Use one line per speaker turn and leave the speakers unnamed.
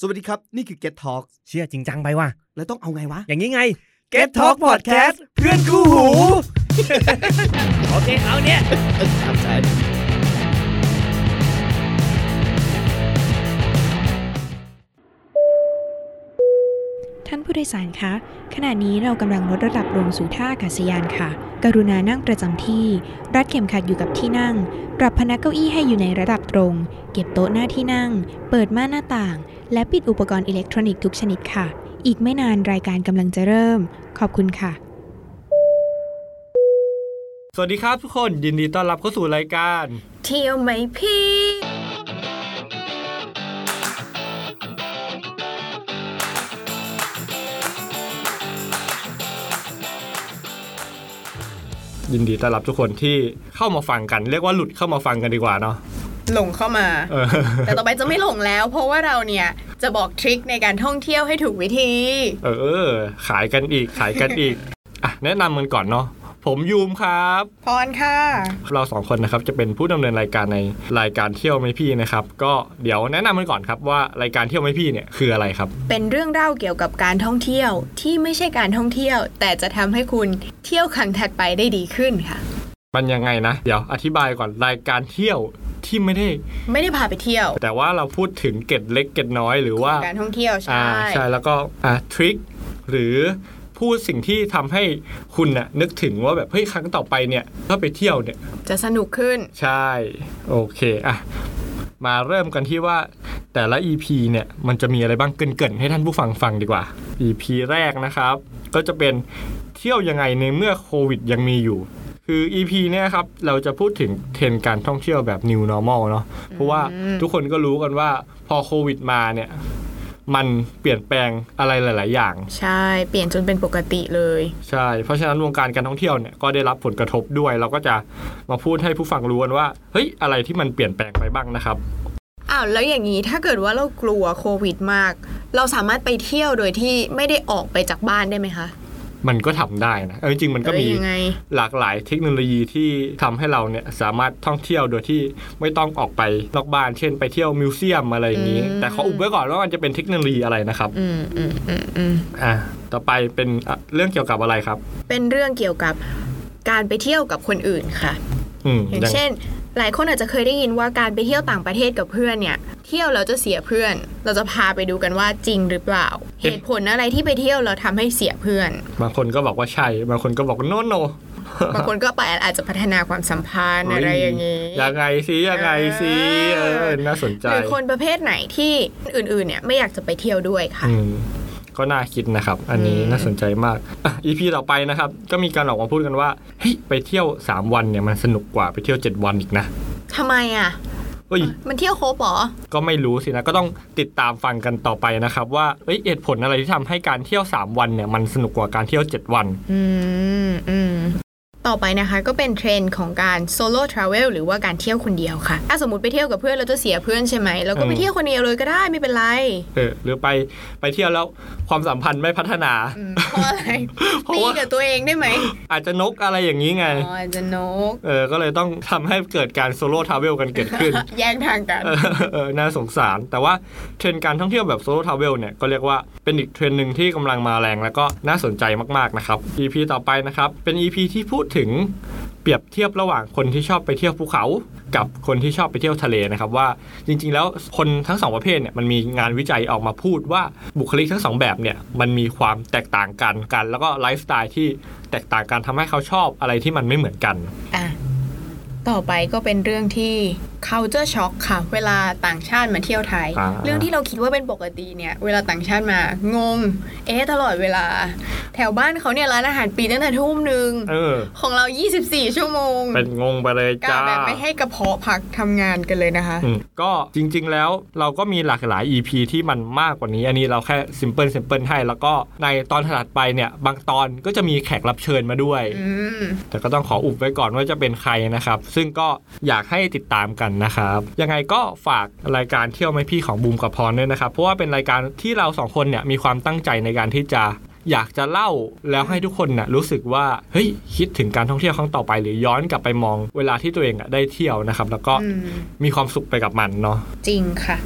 สวัสดีครับ นี่คือ Get Talk
เชื่อจริงจังไปว่ะ
แล้วต้องเอาไงวะ
อย่างนี้ไง
Get Talk Podcast เพื่อนคู่หู
โอเค เอาเนี่ย
ท่านผู้โดยสารคะ ขณะนี้เรากำลังลดระดับลงสู่ท่าอากาศยานค่ะ กรุณานั่งประจำที่ รัดเข็มขัดอยู่กับที่นั่ง ปรับพนักเก้าอี้ให้อยู่ในระดับตรง เก็บโต๊ะหน้าที่นั่ง เปิดม่านหน้าต่าง และปิดอุปกรณ์อิเล็กทรอนิกส์ทุกชนิดค่ะ อีกไม่นานรายการกำลังจะเริ่ม ขอบคุณค่ะ
สวัสดีครับทุกคนยินดีต้อนรับเข้าสู่รายการ
เที่ยวไหมพี่
ยินดีต้อนรับทุกคนที่เข้ามาฟังกัน เรียกว่าหลุดเข้ามาฟังกันดีกว่าเนาะ
หลงเข้ามา
เออ
แต่ต่อไปจะไม่หลงแล้ว เพราะว่าเราเนี่ย จะบอกทริคในการท่องเที่ยวให้ถูกวิธี
เออเออ ขายกันอีกขายกันอีกอ่ะแนะนำกันก่อนเนาะผมยูมครับ
พรค่ะ
เราสองคนนะครับจะเป็นผู้ดำเนินรายการในรายการเที่ยวไม่พี่นะครับ ก็เดี๋ยวแนะนำกันก่อนครับว่ารายการเที่ยวไม่พี่เนี่ยคืออะไรครับ
เป็นเรื่องเล่าเกี่ยวกับการท่องเที่ยวที่ไม่ใช่การท่องเที่ยว แต่จะทำให้คุณเที่ยวครั้งถัดไปได้ดีขึ้นค่ะ
มันยังไงนะเดี๋ยวอธิบายก่อนรายการเที่ยวที่ไม่ได้
ไม่ได้พาไปเที่ยว
แต่ว่าเราพูดถึงเกร็ดเล็กเกร็ดน้อยหรือว่า
การท่องเที่ยวใช่
อ่าใช่แล้วก็อ่าทริคหรือพูดสิ่งที่ทำให้คุณน่ะนึกถึงว่าแบบเฮ้ยครั้งต่อไปเนี่ยถ้าไปเที่ยวเนี่ย
จะสนุกขึ้น
ใช่โอเคอ่ะมาเริ่มกันที่ว่าแต่ละ EP เนี่ยมันจะมีอะไรบ้างเกรินๆให้ท่านผู้ฟังฟังดีกว่า EP แรกนะครับ ก็จะเป็นเที่ยวยังไงในเมื่อโควิดยังมีอยู่ คือ EP เนี่ยครับเราจะพูดถึงเทรนด์การท่องเที่ยวแบบ New Normal เนาะเพราะว่าทุกคนก็รู้กันว่าพอโควิดมาเนี่ยมันเปลี่ยนแปลงอะไรหลาย ๆ อย่าง
ใช่ เปลี่ยนจนเป็นปกติเลย
ใช่ เพราะฉะนั้นวงการการท่องเที่ยวเนี่ยก็ได้รับผลกระทบด้วย เราก็จะมาพูดให้ผู้ฟังรู้กันว่า เฮ้ย อะไรที่มันเปลี่ยนแปลงไปบ้างนะครับ
อ้าวแล้วอย่างนี้ถ้าเกิดว่าเรากลัวโควิดมาก เราสามารถไปเที่ยวโดยที่ไม่ได้ออกไปจากบ้านได้ไหมคะ
มันก็ทำได้นะเออจริงๆมันก็มี
หรือยังไง
หลากหลายเทคโนโลยีที่ทำให้เราเนี่ยสามารถท่องเที่ยวโดยที่ไม่ต้องออกไปนอกบ้าน เช่น ไปเที่ยวมิวเซียมอะไรอย่างนี้
อืม
แต่ขออุบไว้ก่อนว่ามันจะเป็นเทคโนโลยีอะไรนะครับ
อืมอืมอืมอืม
อ่า ต่อไปเป็นอ่ะเรื่องเกี่ยวกับอะไรครับ
เป็นเรื่องเกี่ยวกับการไปเที่ยวกับคนอื่นค่ะ
อืม
อย่างเช่น หลายคนอาจจะเคยได้ยินว่าการไปเที่ยวต่างประเทศกับเพื่อนเนี่ย เที่ยวเราจะเสียเพื่อน เราจะพาไปดูกันว่าจริงหรือเปล่า เหตุผลอะไรที่ไปเที่ยวเราทำให้เสียเพื่อน
บางคนก็บอกว่าใช่ บางคนก็บอกว่าโนโน
บางคนก็ไปอาจจะพัฒนาความสัมพันธ์อะไรอย่างนี้
นี้ยังไงสิยังไงสิเอ
เออ
อน่าสนใจ
หรือคนประเภทไหนที่อื่นๆเนี่ยไม่อยากจะไปเที่ยวด้วยค่ะ
อืมก็น่าคิดนะครับ อันนี้
อืม
น่าสนใจมากอ่ะ EP ต่อไปนะครับ ก็มีการออกมาพูดกันว่าเฮ้ยไปเที่ยว 3 วันเนี่ยมันสนุกกว่าไปเที่ยว 7 วันอีกนะ
ทำไมอ่ะ
เอ้ย
มันเที่ยวครบเหรอ
ก็ไม่รู้สินะก็ต้องติดตามฟังกันต่อไปนะครับ ว่าเอ้ยเหตุผลอะไรที่ทำให้การเที่ยว 3 วันเนี่ยมันสนุกกว่าการเที่ยว 7 วัน
อืมอืมต่อไปนะคะก็เป็นเทรนด์ของการโซโล่ทราเวลหรือว่าการเที่ยวคนเดียวค่ะ ถ้าสมมติไปเที่ยวกับเพื่อนเราจะเสียเพื่อนใช่ไหมเราก็ไป
อืม
เที่ยวคนเดียวเลยก็ได้ไม่เป็นไร
เออหรือไปไปเที่ยวแล้วความสัมพันธ์ไม่พัฒนา
อืมเพราะอะไร
เพราะ
ตี
ว่า
กับตัวเอง ได้ไหม
อาจจะนกอะไรอย่างนี้ไง
อ๋อจะนก
เออก็เลยต้องทำให้เกิดการโซโล่ทราเวลกันเกิดขึ้น
แยกทางกัน
เออเออน่าสงสาร แต่ว่าเทรนด์การท่องเที่ยวแบบโซโล่ทราเวลเนี่ย ก็เรียกว่าเป็นอีกเทรนด์หนึ่งที่กำลังมาแรงแล้วก็น่าสนใจมาก ๆ นะครับ EP ต่อไปนะครับ เป็น EP ที่พูดถึงเปรียบเทียบระหว่างคนที่ชอบไปเที่ยวภูเขา กับคนที่ชอบไปเที่ยวทะเลนะครับว่าจริง ๆ แล้วคนทั้งสองประเภทเนี่ยมันมีงานวิจัยออกมาพูดว่าบุคลิกทั้งสองแบบเนี่ยมันมีความแตกต่างกันกัน แล้วก็ไลฟ์สไตล์ที่แตกต่างกันทำให้เขาชอบอะไรที่มันไม่เหมือนกัน
อ่ะ ต่อไปก็เป็นเรื่องที่ culture shock ค่ะ เวลาต่างชาติมาเที่ยวไทย
อ่า
เรื่องที่เราคิดว่าเป็นปกติเนี่ย เวลาต่างชาติมางง เอ๊ะตลอดเวลา แถวบ้านเขาเนี่ยร้านอาหารปิดตั้งแต่ทุ่มหนึ่ง
เออ
ของเรา 24 ชั่วโมง
เป็นงงไปเลย
กา
จ้า
แบบไม่ให้กระเพาะผักทำงานกันเลยนะคะ
อืมก็จริงๆ แล้วเราก็มีหลากหลาย EP ที่มันมากกว่านี้ อันนี้เราแค่ s ิมเพิล i ิมเพิลให้ แล้วก็ในตอนถัดไปเนี่ย บางตอนก็จะมีแขกรับเชิญมาด้วย
อืม
แต่ก็ต้องขออุบไว้ก่อนว่าจะเป็นใครนะครับ ซึ่งก็อยากให้ติดตามกันนะครับ ยังไงก็ฝากรายการเที่ยวไม่พี่ของบูมกับพรด้วยนะครับ เพราะว่าเป็นรายการที่เราสองคนเนี่ยมีความตั้งใจในการที่จะอยากจะเล่าแล้วให้ทุกคนน่ะรู้สึกว่าเฮ้ยคิดถึงการท่องเที่ยวครั้งต่อไป หรือย้อนกลับไปมองเวลาที่ตัวเองอะได้เที่ยวนะครับ แล้วก็
อืม
มีความสุขไปกับมันเนาะ
จริงค่ะ